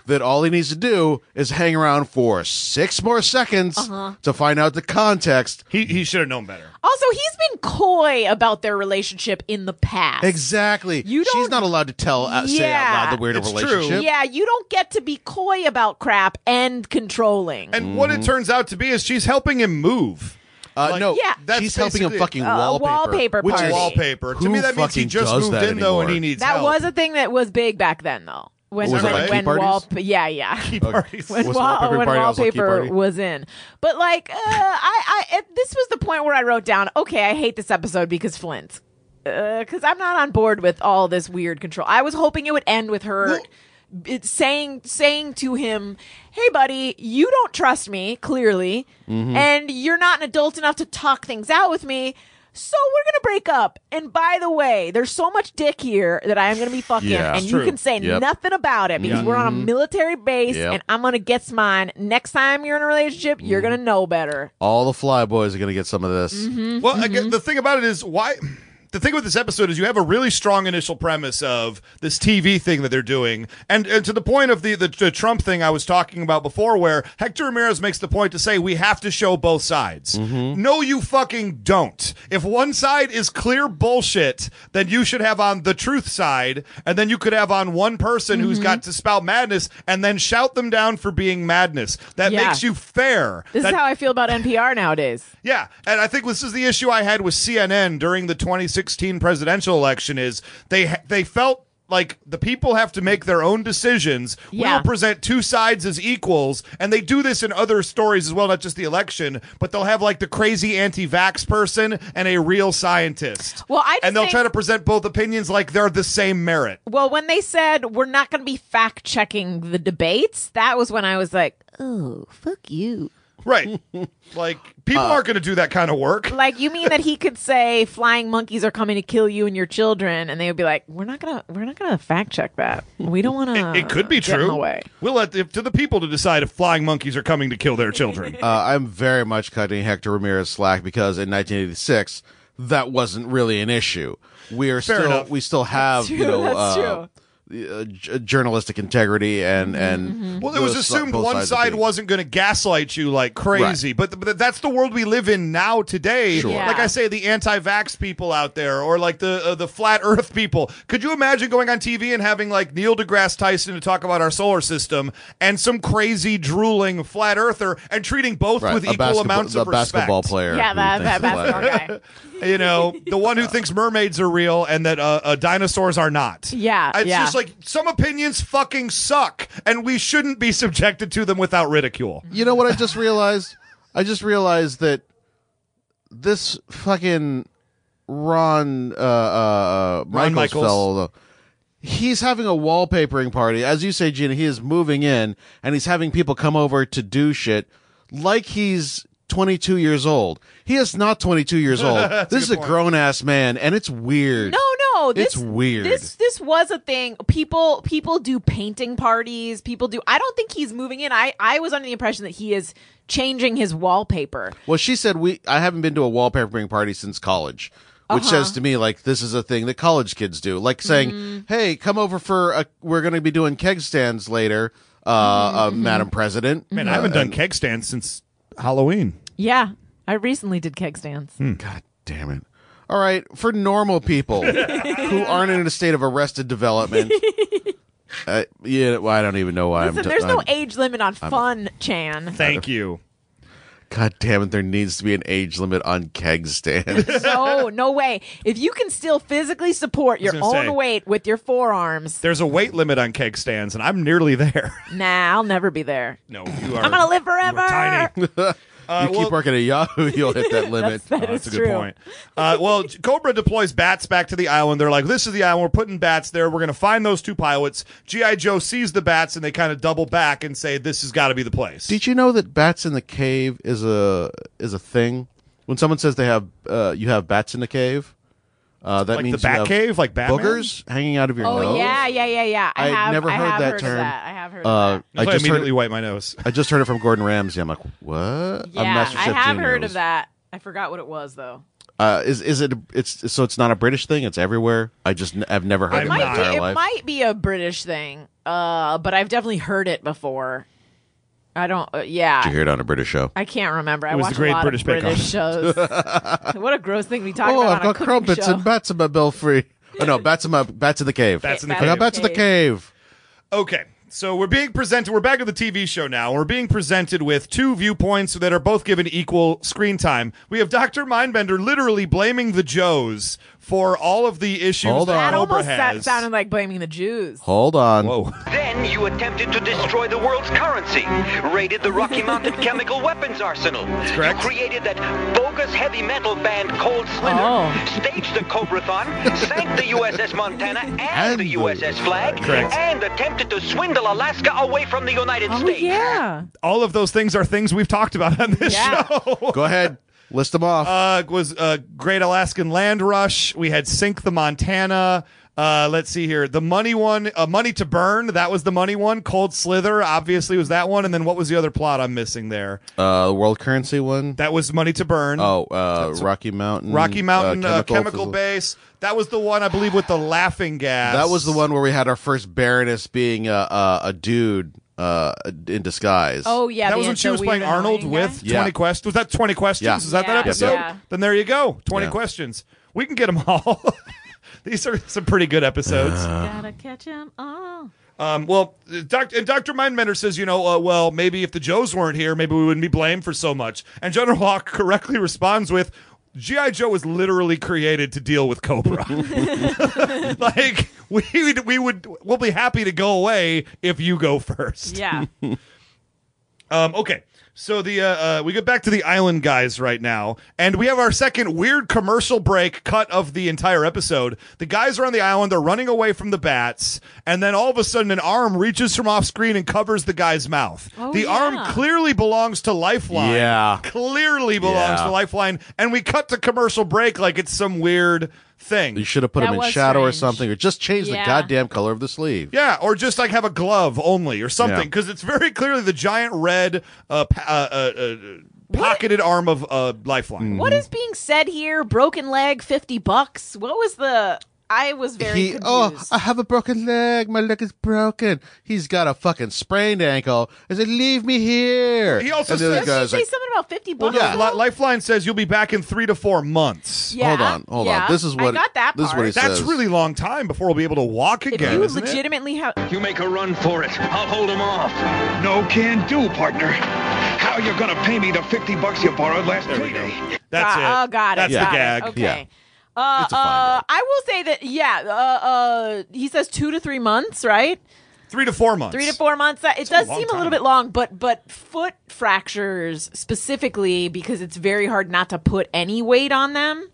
F: that all he needs to do is hang around for six more seconds
E: Uh-huh.
F: to find out the context.
D: He, he should have known better.
E: Also, he's been coy about their relationship in the past.
F: Exactly.
E: You
F: She's
E: don't-
F: not allowed to tell, uh, say out loud that we're in a relationship.
E: Yeah, you don't get to be coy about crap and controlling.
D: And what it turns out to be is she's helping him move.
F: Mm-hmm. Uh, no,
E: Yeah.
D: that's
F: she's helping him
D: basically-
F: fucking
E: Uh,
F: wallpaper.
E: wallpaper
F: which
E: party.
F: is-
D: Wallpaper. To
F: Who
D: me, that means he
F: fucking
D: just
F: does
D: moved in
F: that
D: though, and
F: anymore?
D: he needs
E: that
D: help.
E: was a thing that was big back then, though. When,
F: Was that
E: when,
F: like key
E: when
F: parties?
E: wall, yeah, yeah.
D: parties?
E: when,
F: Was
E: wall,
F: wallpaper
E: when
F: party also a key
E: wallpaper
F: party?
E: was in. But like, uh, I, I, it, this was the point where I wrote down, okay, I hate this episode because Flint, because I'm not on board with all this weird control. I was hoping it would end with her. it- saying saying to him, "Hey, buddy, you don't trust me clearly,
F: Mm-hmm.
E: and you're not an adult enough to talk things out with me." So we're gonna break up. And by the way, there's so much dick here that I am gonna be fucking,
F: Yeah.
E: and
F: It's
E: you
D: true.
E: can say
F: Yep.
E: nothing about it because we're on a
D: Mm-hmm.
E: military base,
F: Yep.
E: and I'm gonna get mine. Next time you're in a relationship, you're
D: Mm-hmm.
E: gonna know better.
F: All the fly boys are going to get some of this.
E: Mm-hmm.
D: Well, again, the thing about it is why. The thing with this episode is you have a really strong initial premise of this TV thing that they're doing, and, and to the point of the, the the Trump thing I was talking about before, where Hector Ramirez makes the point to say we have to show both sides. No, you fucking don't. If one side is clear bullshit, then you should have on the truth side, and then you could have on one person
E: Mm-hmm.
D: who's got to spout madness, and then shout them down for being madness. That
E: Yeah.
D: makes you fair.
E: This is
D: That-
E: how I feel about NPR nowadays.
D: yeah, and I think this is the issue I had with CNN during the 2016 presidential election is they they felt like the people have to make their own decisions. We
E: Yeah.
D: will present two sides as equals, and they do this in other stories as well, not just the election, but they'll have like the crazy anti-vax person and a real scientist.
E: Well, I just
D: and they'll
E: think-
D: try to present both opinions like they're the same merit.
E: Well, when they said we're not going to be fact checking the debates, that was when I was like, oh, fuck you.
D: Right. like people aren't going to do that kind of work.
E: Like you mean that he could say flying monkeys are coming to kill you and your children, and they would be like, "We're not gonna, we're not gonna fact check that. We don't want to.
D: It, it could be
E: get in
D: true.
E: the way."
D: We'll let the, to the people to decide if flying monkeys are coming to kill their children.
F: Uh, I'm very much cutting Hector Ramirez slack because in 1986 that wasn't really an issue. We are still
D: enough.
F: we still have
E: true,
F: you know
E: that's
F: uh, uh, j- journalistic integrity and
E: Mm-hmm,
F: and
D: well, it was
F: those si-
D: assumed
F: both
D: one
F: sides of
D: side
F: the-
D: wasn't going to gaslight you like crazy, but, th- but that's the world we live in now today.
F: Sure.
D: Like
E: Yeah.
D: I say, the anti-vax people out there, or like the uh, the flat Earth people. Could you imagine going on TV and having like Neil deGrasse Tyson to talk about our solar system and some crazy drooling flat Earther and treating both
F: right,
D: with
F: a
D: equal
F: basketball-
D: amounts
F: the
D: of respect?
F: basketball player.
E: Yeah,
F: who
E: that,
F: thinks
E: that
F: he's black.
E: basketball guy.
D: you know, the one who thinks mermaids are real and that uh, uh, dinosaurs are not.
E: Yeah,
D: It's
E: Uh, yeah.
D: just like some opinions fucking suck and we shouldn't be subjected to them without ridicule.
E: Mm-hmm.
F: You know what I just realized? I just realized that this fucking Ron uh, uh, Michaels,
D: Michaels.
F: fellow, he's having a wallpapering party. As you say, Gina, he is moving in and he's having people come over to do shit like he's 22 years old. He is not 22 years old. this is a grown ass man, and it's weird.
E: No, no, this,
F: It's weird.
E: This this was a thing. People people do painting parties. People do. I don't think he's moving in. I I was under the impression that he is changing his wallpaper.
F: Well, she said we. I haven't been to a wallpapering party since college, which
E: Uh-huh.
F: says to me like this is a thing that college kids do, like saying,
E: Mm-hmm.
F: "Hey, come over for a, we're going to be doing keg stands later, uh,
E: Mm-hmm.
F: uh, Madam President."
D: Man, I haven't done keg stands since Halloween.
E: Yeah, I recently did keg stands.
F: God damn it! All right, for normal people who aren't in a state of arrested development. Uh, yeah, well, I don't even know why
E: Listen,
F: I'm. t-
E: there's no
F: I'm-
E: age limit on fun, Chan.
D: Thank you.
F: God damn it! There needs to be an age limit on keg stands.
E: No, no way. If you can still physically support your
D: gonna
E: own
D: say.
E: weight with your forearms,
D: There's a weight limit on keg stands and I'm nearly there.
E: nah, I'll never be there.
D: no, you are
E: I'm gonna live forever.
D: tiny.
F: you keep working at Yahoo, you'll hit that limit.
E: That
D: Oh,
E: is
D: that's a good
E: true.
D: point. Uh, well, Cobra deploys bats back to the island. They're like, this is the island. We're putting bats there. We're going to find those two pilots. G.I. Joe sees the bats and they kind of double back and say, this has got to be the place.
F: Did you know that bats in the cave is a is a thing? When someone says they have uh, you have bats in the cave, Uh, that
D: Like
F: means
D: the
F: you have
D: Batcave, like Batman?
F: boogers hanging out of your
E: oh
F: nose.
E: yeah, yeah, yeah, yeah. I
F: I'd
E: have
F: never
E: I
F: heard
E: have
F: that
E: heard
F: term.
E: Of that. I have heard. of
F: Uh,
D: That's why I
F: just
D: immediately
F: heard,
D: wipe my nose.
F: I just heard it from Gordon Ramsay. I'm like, what?
E: that.
F: I'm
E: Yeah,
F: Master
E: I
F: Chef
E: have
F: Junior.
E: heard
F: It was-
E: of that. I forgot what it was though.
F: Uh, is is it? It's so it's not a British thing. It's everywhere. I just n- I've never heard it in my
E: might be,
F: entire
E: it
F: life.
E: might be a British thing, uh, but I've definitely heard it before. I don't. Uh, yeah,
F: Did you hear it on a British show?
E: I can't remember. I
F: was the
E: watch
F: Great
E: a lot
F: British
E: of
F: Bake Off.
E: British shows. what a gross thing to be talking
F: oh,
E: about. on
F: I've
E: a
F: got
E: cooking
F: crumpets
E: show.
F: and bats in my belfry. Oh no, bats in my bats in the cave.
D: Bats in the
F: I got
D: cave.
F: bats in the cave.
D: Okay. So we're being presented, we're back at the TV show now. We're being presented with two viewpoints that are both given equal screen time. We have Dr. Mindbender literally blaming the Joes for all of the issues
F: Hold
D: that
E: That
D: Cobra
E: almost sa-
D: has.
E: sounded like blaming the Jews.
F: Hold on.
D: Whoa.
J: Then you attempted to destroy the world's currency, raided the Rocky Mountain chemical weapons arsenal.
D: correct.
J: You created that bogus heavy metal band Cold Slither,
E: Oh.
J: staged the Cobrathon, sank the USS Montana and, the USS
I: Oh.
J: Flag,
D: Correct.
J: and attempted to swindle Alaska away from the United States.
E: Oh, yeah.
D: all of those things are things we've talked about on this
J: Yeah.
D: show.
F: Go ahead, list them off.
D: Uh, was uh, Great Alaskan Land Rush. We had Sink the Montana. Uh, let's see here. The money one, uh, Money to Burn. That was the money one. Cold Slither, obviously, was that one. And then what was the other plot I'm missing there?
F: Uh, the world currency one.
D: That was Money to Burn.
F: Oh, uh, Rocky Mountain.
D: Rocky Mountain uh, chemical,
F: phys-
D: base. That was the one I believe with the laughing gas.
F: That was the one where we had our first Baroness being a a, a dude uh, in disguise.
E: Oh yeah.
D: that
E: the
D: was when she
E: the
D: was
E: weird
D: playing Arnold
E: annoying guy?
D: with
F: Yeah.
D: Twenty Questions. Was that Twenty Questions?
F: Yeah.
D: Is that
E: Yeah.
D: that episode?
E: Yeah.
D: Then there you go. Twenty
F: Yeah.
D: Questions. We can get them all. These are some pretty good episodes.
F: Uh.
E: Gotta catch 'em all.
D: Um, well, Dr. And Dr. Mindbender says, you know, uh, well, maybe if the Joes weren't here, maybe we wouldn't be blamed for so much. And General Hawk correctly responds with, G.I. Joe was literally created to deal with Cobra. like, we, would- we would, we'll be happy to go away if you go first.
E: Yeah.
D: Um, okay. So the uh, uh, we get back to the island guys right now, and we have our second weird commercial break cut of the entire episode. The guys are on the island; they're running away from the bats, and then all of a sudden, an arm reaches from off screen and covers the guy's mouth.
E: Oh,
D: the arm
E: yeah.
D: clearly belongs to Lifeline.
F: Yeah.
D: clearly belongs
F: Yeah.
D: to Lifeline, and we cut to commercial break like it's some weird thing.
F: You should have put
E: That
F: him in
E: was
F: shadow or
E: strange.
F: something, or just change the
E: Yeah.
F: goddamn color of the sleeve.
D: Yeah, or just like have a glove only or something,
F: Yeah.
D: because it's very clearly the giant red uh, pa- uh, uh, uh, pocketed arm of uh,
F: Mm.
D: Lifeline.
E: What is being said here? Broken leg, fifty bucks. What was the? I was very
F: He, oh,
E: confused.
F: I have a broken leg. My leg is broken. He's got a fucking sprained ankle. I said, leave me here.
D: He also
F: and the other
D: says-
E: Did you
F: guy's
E: say
F: like,
E: something about fifty
D: Well,
E: bucks?
D: no,
F: Yeah.
D: Li- Lifeline says you'll be back in three to four months.
E: Yeah,
F: Hold on, hold on.
E: yeah.
F: This is
E: I
F: what-
E: got that
F: this is what
E: part.
F: he said.
D: That's
F: says-
D: really long time before we'll be able to walk
E: If
D: again.
E: you
D: isn't it?
E: legitimately have,
G: You make a run for it. I'll hold him off. No can do, partner. How you gonna pay me the 50 bucks you borrowed last payday?
D: That's
E: Ah,
D: it.
E: Oh, got
D: That's
E: it. got
D: the
E: it.
D: gag.
E: Okay. Uh,
F: It's a fine
E: uh,
F: gag.
E: I will say that, yeah, uh, uh, he says two to three months, right?
D: Three to four months.
E: Three to four months. That- It does
D: long
E: seem a little
D: time.
E: bit long, but but foot fractures specifically because it's very hard not to put any weight on them.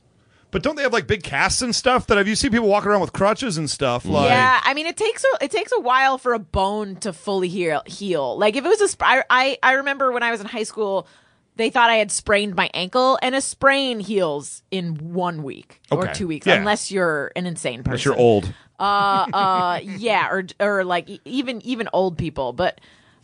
D: But don't they have like big casts and stuff that have you seen people walking around with crutches and stuff?
F: Mm.
D: Like,
E: yeah, I mean it takes a it takes a while for a bone to fully heal. heal. Like if it was a sp- I, I I remember when I was in high school, they thought I had sprained my ankle, and a sprain heals in one week
D: Okay.
E: or two weeks,
D: Yeah.
E: unless you're an insane person.
D: Unless you're old.
E: uh, uh, yeah, or or like e- even even old people, but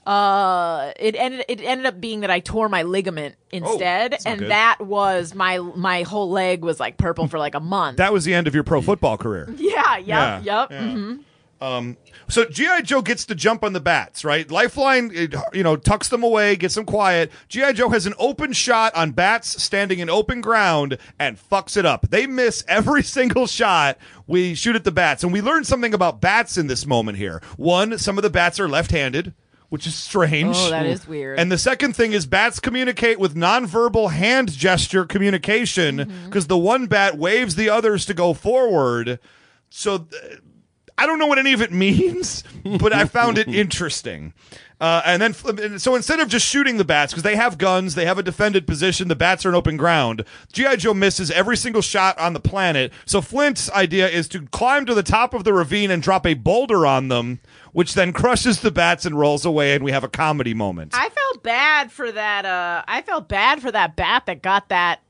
E: uh, it ended it ended up being that I tore my ligament instead,
D: Oh, that's not
E: and
D: good.
E: that was my my whole leg was like purple for like a month.
D: That was the end of your pro football career.
E: yeah, yep,
D: Yeah,
E: yep.
D: yeah. So GI Joe gets to jump on the bats, right? Lifeline, it, you know, tucks them away, gets them quiet. GI Joe has an open shot on bats standing in open ground and fucks it up. They miss every single shot we shoot at the bats, and we learn something about bats in this moment here. One, some of the bats are left-handed. Which is strange.
E: Oh, that is weird.
D: And the second thing is bats communicate with nonverbal hand gesture communication
E: Mm-hmm.
D: because the one bat waves the others to go forward. So th- I don't know what any of it means, but I found it interesting. Uh, and then, and so instead of just shooting the bats, because they have guns, they have a defended position, the bats are in open ground. G.I. Joe misses every single shot on the planet. So Flint's idea is to climb to the top of the ravine and drop a boulder on them, which then crushes the bats and rolls away, and we have a comedy moment.
E: I felt bad for that. Uh, I felt bad for that bat that got that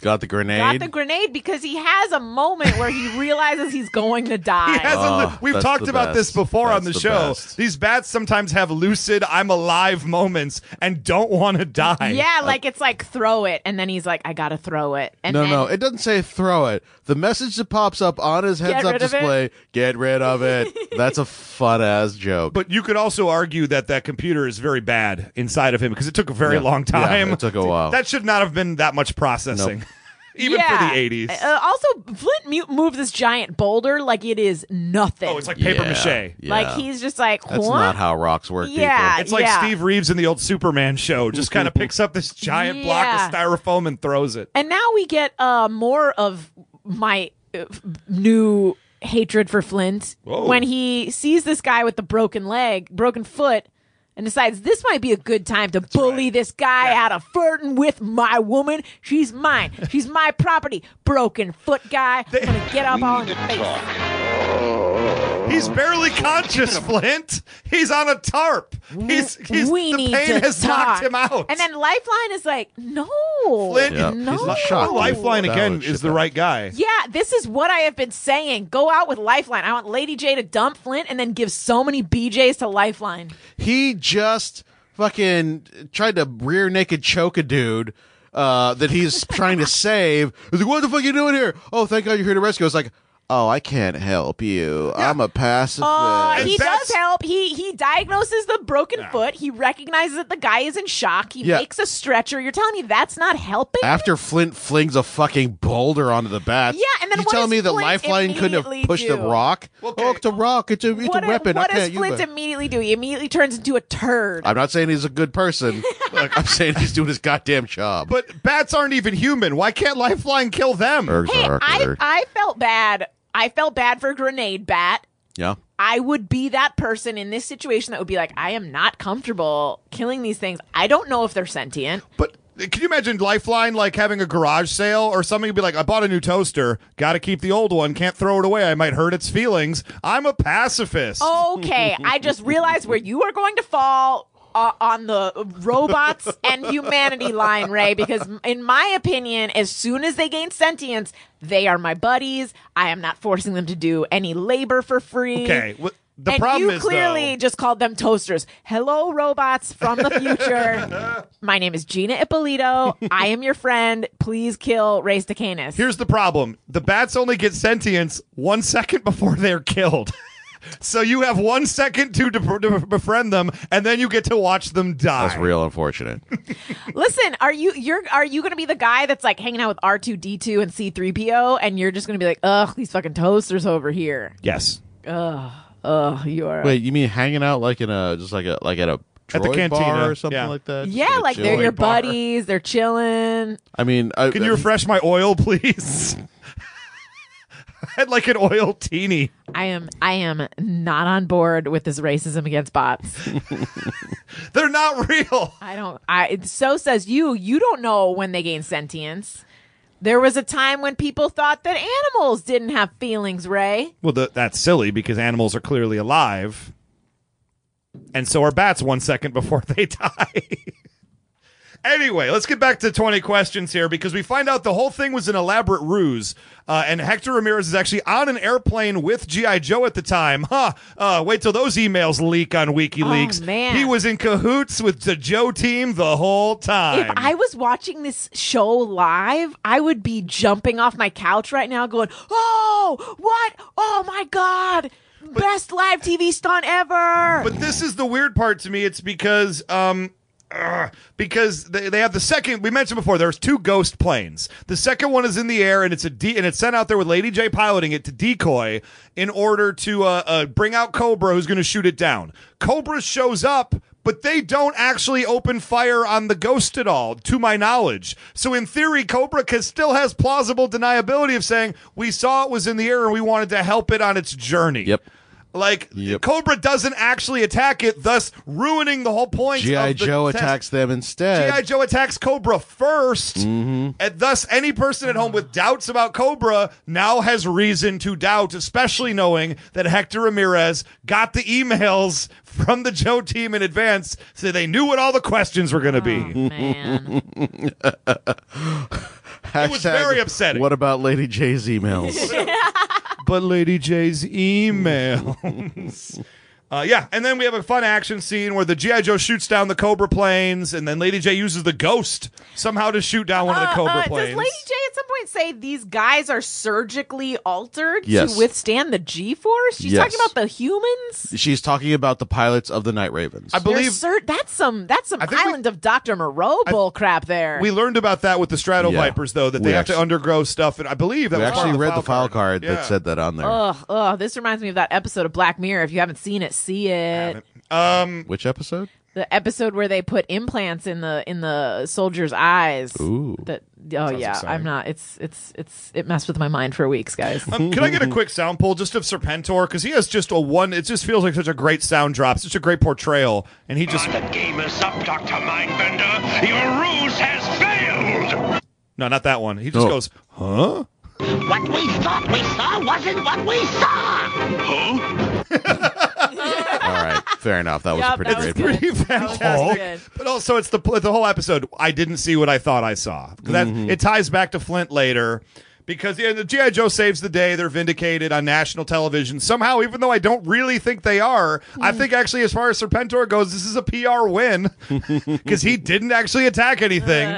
F: Got the
E: Got
F: grenade.
E: the grenade because he has a moment where he realizes he's going to die.
D: He has a lu-
F: Oh,
D: we've
F: that's
D: talked
F: the
D: about this
F: best.
D: before on the,
F: That's the
D: show.
F: best.
D: These bats sometimes have lucid, I'm alive moments and don't want to die.
E: yeah, like it's like throw it, and then he's like, I gotta throw it. And
F: no,
E: then,
F: no, it doesn't say throw it. The message that pops up on his
E: Get
F: heads-up
E: rid of it.
F: display: "Get rid of it." That's a fun ass joke.
D: But you could also argue that that computer is very bad inside of him because it took a very
F: Yeah.
D: long
F: Yeah,
D: time.
F: it took a while.
D: That should not have been that much processing, even
E: Yeah.
D: for the 80s.
E: Uh, also, Flint mu- moves this giant boulder like it is nothing.
D: oh, it's like paper
F: Yeah,
D: mache.
F: yeah.
E: Like, he's just like,
F: That's
E: what?
F: not how rocks work.
E: Yeah.
F: people.
D: It's like
E: yeah.
D: Steve Reeves in the old Superman show, just kind of picks up this giant block
E: Yeah.
D: of styrofoam and throws it.
E: And now we get uh, more of my uh, f- new hatred for Flint
D: Whoa.
E: when he sees this guy with the broken leg, broken foot, and decides this might be a good time to bully this guy out of flirting with my woman. She's mine. She's my property. Broken foot guy. I'm gonna get up all in your face.
D: He's
F: Oh.
D: barely conscious, Flint. He's on a tarp. He's, he's
E: we
D: the
E: need
D: pain
E: to
D: has
E: talk.
D: knocked him out.
E: And then Lifeline is like, no,
D: Flint,
F: Yeah.
E: no.
F: He's in shock.
D: Lifeline
F: That
D: again
F: would
D: is
F: shit
D: the
F: out.
D: right guy.
E: Yeah, this is what I have been saying. Go out with Lifeline. I want Lady J to dump Flint and then give so many BJs to Lifeline.
F: He just fucking tried to rear naked choke a dude uh, that he's trying to save. He's like, "What the fuck you doing here?" Oh, thank God you're here to rescue. It's like, "Oh, I can't help you. I'm a pacifist."
E: Uh, he
D: that's-
E: does help. He he diagnoses the broken foot. He recognizes that the guy is in shock. He
F: Yeah.
E: makes a stretcher. You're telling me that's not helping?
F: After Flint flings a fucking boulder onto the bat,
E: Yeah, and then
F: you
E: what
F: telling
E: does
F: me the
E: Flint
F: lifeline couldn't have
E: immediately
F: pushed the
E: do?
F: rock?
D: Okay.
F: Oh, it's a rock. It's a, it's
E: what
F: a
E: do-
F: weapon.
E: what
F: I
E: does
F: can't.
E: Flint
F: you,
E: immediately do? He immediately turns into a turd.
F: I'm not saying he's a good person. Look, I'm saying he's doing his goddamn job.
D: But bats aren't even human. Why can't Lifeline kill them?
F: Ergs
E: hey,
F: are
E: I,
F: awkward.
E: I felt bad. I felt bad for Grenade Bat.
F: yeah.
E: I would be that person in this situation that would be like, I am not comfortable killing these things. I don't know if they're sentient.
D: But can you imagine Lifeline like having a garage sale or something? You'd be like, I bought a new toaster. Got to keep the old one. Can't throw it away. I might hurt its feelings. I'm a pacifist.
E: Oh. Okay, I just realized where you are going to fall uh, on the robots and humanity line, Ray, because in my opinion, as soon as they gain sentience, they are my buddies. I am not forcing them to do any labor for free.
D: Okay. wh- The
E: and
D: problem
E: you
D: is
E: clearly
D: though,
E: just called them toasters. Hello, robots from the future. My name is Gina Ippolito. I am your friend. Please kill Ray Stacanis.
D: Here's the problem: the bats only get sentience one second before they're killed. so you have one second to, de- to befriend them, and then you get to watch them die.
F: That's real unfortunate.
E: Listen, are you you're are you gonna be the guy that's like hanging out with R two D two and C three PO, and you're just gonna be like, ugh, these fucking toasters over here.
D: Yes.
E: Ugh, you are.
F: Wait, you mean hanging out like in a just like a like at a
D: At the
F: droid
D: cantina,
F: bar or something
D: yeah.
F: like that? Just
E: yeah,
F: a
E: like they're
F: joint
E: your
F: bar?
E: buddies. They're chilling.
F: I mean, I, uh,
D: Can you refresh my oil, please? I had like an oil teeny.
E: I am I am not on board with this racism against bots.
D: They're not real.
E: I don't. I it- so says you. You don't know when they gain sentience. There was a time when people thought that animals didn't have feelings, Ray.
D: Well, th- that's silly because animals are clearly alive. And so are bats one second before they die. anyway, let's get back to 20 questions here because we find out the whole thing was an elaborate ruse. Uh, and Hector Ramirez is actually on an airplane with G.I. Joe at the time. Huh. Uh, wait till those emails leak on WikiLeaks.
E: Oh, man.
D: He was in cahoots with the Joe team the whole time.
E: If I was watching this show live, I would be jumping off my couch right now going, Oh, what? Oh my God. Best live TV stunt ever.
D: But this is the weird part to me. It's because um ugh, because they, they have the second we mentioned before there's two ghost planes the second one is in the air and it's a D, and it's sent out there with lady j piloting it to decoy in order to uh, uh bring out cobra who's going to shoot it down cobra shows up but they don't actually open fire on the ghost at all to my knowledge so in theory cobra can, still has plausible deniability of saying we saw it was in the air and we wanted to help it on its journey
F: Yep.
D: like
F: Yep.
D: Cobra doesn't actually attack it, thus ruining the whole point.
F: GI
D: of the
F: Joe
D: test.
F: attacks them instead?
D: GI Joe attacks Cobra 1st
F: Mm-hmm.
D: and thus any person at home with doubts about Cobra now has reason to doubt, especially knowing that Hector Ramirez got the emails from the Joe team in advance, so they knew what all the questions were going to be.
E: Man.
D: It was very upsetting.
F: What about Lady J's emails?
D: but Lady J's emails. Uh, yeah, and then we have a fun action scene where the GI Joe shoots down the Cobra planes, and then Lady J uses the ghost somehow to shoot down one of the
E: Uh,
D: Cobra
E: uh,
D: planes.
E: Does Lady J at some point say these guys are surgically altered
F: Yes.
E: to withstand the G force? She's
F: Yes.
E: talking about the humans.
F: She's talking about the pilots of the Night Ravens.
D: I believe
E: Sir, that's some that's some island of Doctor Moreau bull crap there.
D: we learned about that with the Strato
F: Yeah.
D: Vipers, though, that
F: We
D: they have to
F: actu-
D: undergo stuff, and I believe that
F: we
D: was part
F: actually
D: of the
F: read
D: file
F: the file card,
D: Yeah.
F: that said that on there.
E: Ugh, ugh, this reminds me of that episode of Black Mirror. If you haven't seen it, see it.
D: Um,
F: Which episode?
E: The episode where they put implants in the in the soldiers' eyes.
F: Ooh.
E: That oh yeah, I'm not. It's it's it's it messed with my mind for weeks, guys.
D: Um, can I get a quick sound poll just of Serpentor? Because he has just a one. It just feels like such a great sound drop, such a great portrayal, and he just
J: Uh,
G: The game is up, Dr. Mindbender. Your ruse has failed.
D: no, not that one. He just goes, huh?
K: What we thought we saw wasn't what we saw.
F: All right, fair enough. That was a
K: Yep,
F: pretty
K: that was
F: great point.
D: Pretty fantastic. But also, it's the pl- the whole episode. I didn't see what I thought I saw. 'Cause That
F: Mhm.
D: it ties back to Flint later. Because yeah, the GI Joe saves the day, they're vindicated on national television. Somehow, even though I don't really think they are, I
F: Mm.
D: think actually, as far as Serpentor goes, this is a PR win because he didn't actually attack anything.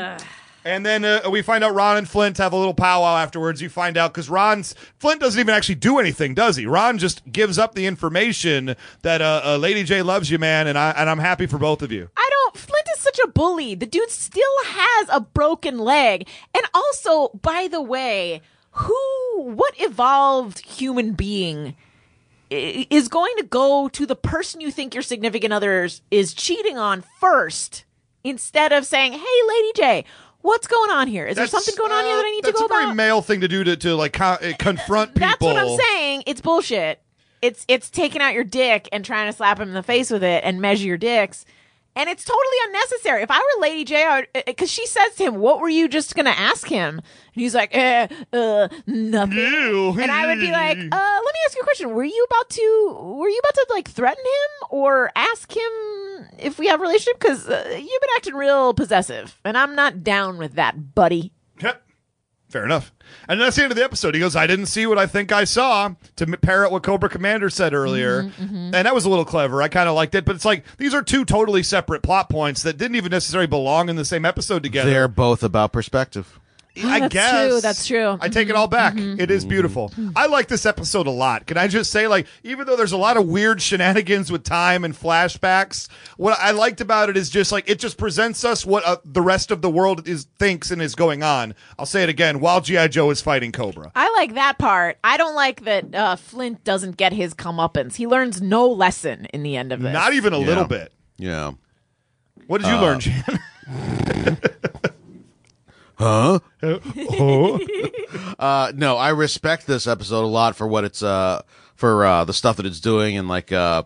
D: And then uh, we find out Ron and Flint have a little powwow afterwards. You find out because Ron's Flint doesn't even actually do anything, does he? Ron just gives up the information that uh, uh, Lady J loves you, man, and I and I'm happy for both of you.
E: I don't. Flint is such a bully. The dude still has a broken leg. And also, by the way, who, what evolved human being i- is going to go to the person you think your significant other is- is cheating on first instead of saying, hey, Lady J, what's going on here? Is there
D: That's,
E: something going on here that I need to
D: That's
E: go
D: a very
E: about?
D: male thing to do to to like con- uh, confront people.
E: That's what I'm saying. It's bullshit. It's it's taking out your dick and trying to slap him in the face with it and measure your dicks. And it's totally unnecessary. If I were Lady J, because she says to him, "What were you just gonna ask him?" And he's like, "Eh, uh, nothing." And I would be like, uh, "Let me ask you a question. Were you about to? Were you about to like threaten him or ask him if we have a relationship? Because uh, you've been acting real possessive, and I'm not down with that, buddy."
D: Fair enough. And that's the end of the episode. He goes, I didn't see what I think I saw, to m- parrot what Cobra Commander said earlier.
E: Mm-hmm,
D: And that was a little clever. I kind of liked it. But it's like, these are two totally separate plot points that didn't even necessarily belong in the same episode together.
F: They're both about perspective.
D: I
E: That's
D: guess.
E: true, that's true. Mm-hmm.
D: I take it all back. It
F: Mm-hmm.
D: is beautiful. I like this episode a lot. Can I just say, like, even though there's a lot of weird shenanigans with time and flashbacks, what I liked about it is just like it just presents us what uh, the rest of the world is thinks and is going on. I'll say it again. While GI Joe is fighting Cobra.
E: I like that part. I don't like that uh, Flint doesn't get his comeuppance. He learns no lesson in the end of this.
D: Not even a
F: Yeah.
D: little bit.
F: Yeah.
D: What did you
F: Uh,
D: learn, Jan?
F: Huh? uh, no, I respect this episode a lot for what it's uh for uh the stuff that it's doing and like uh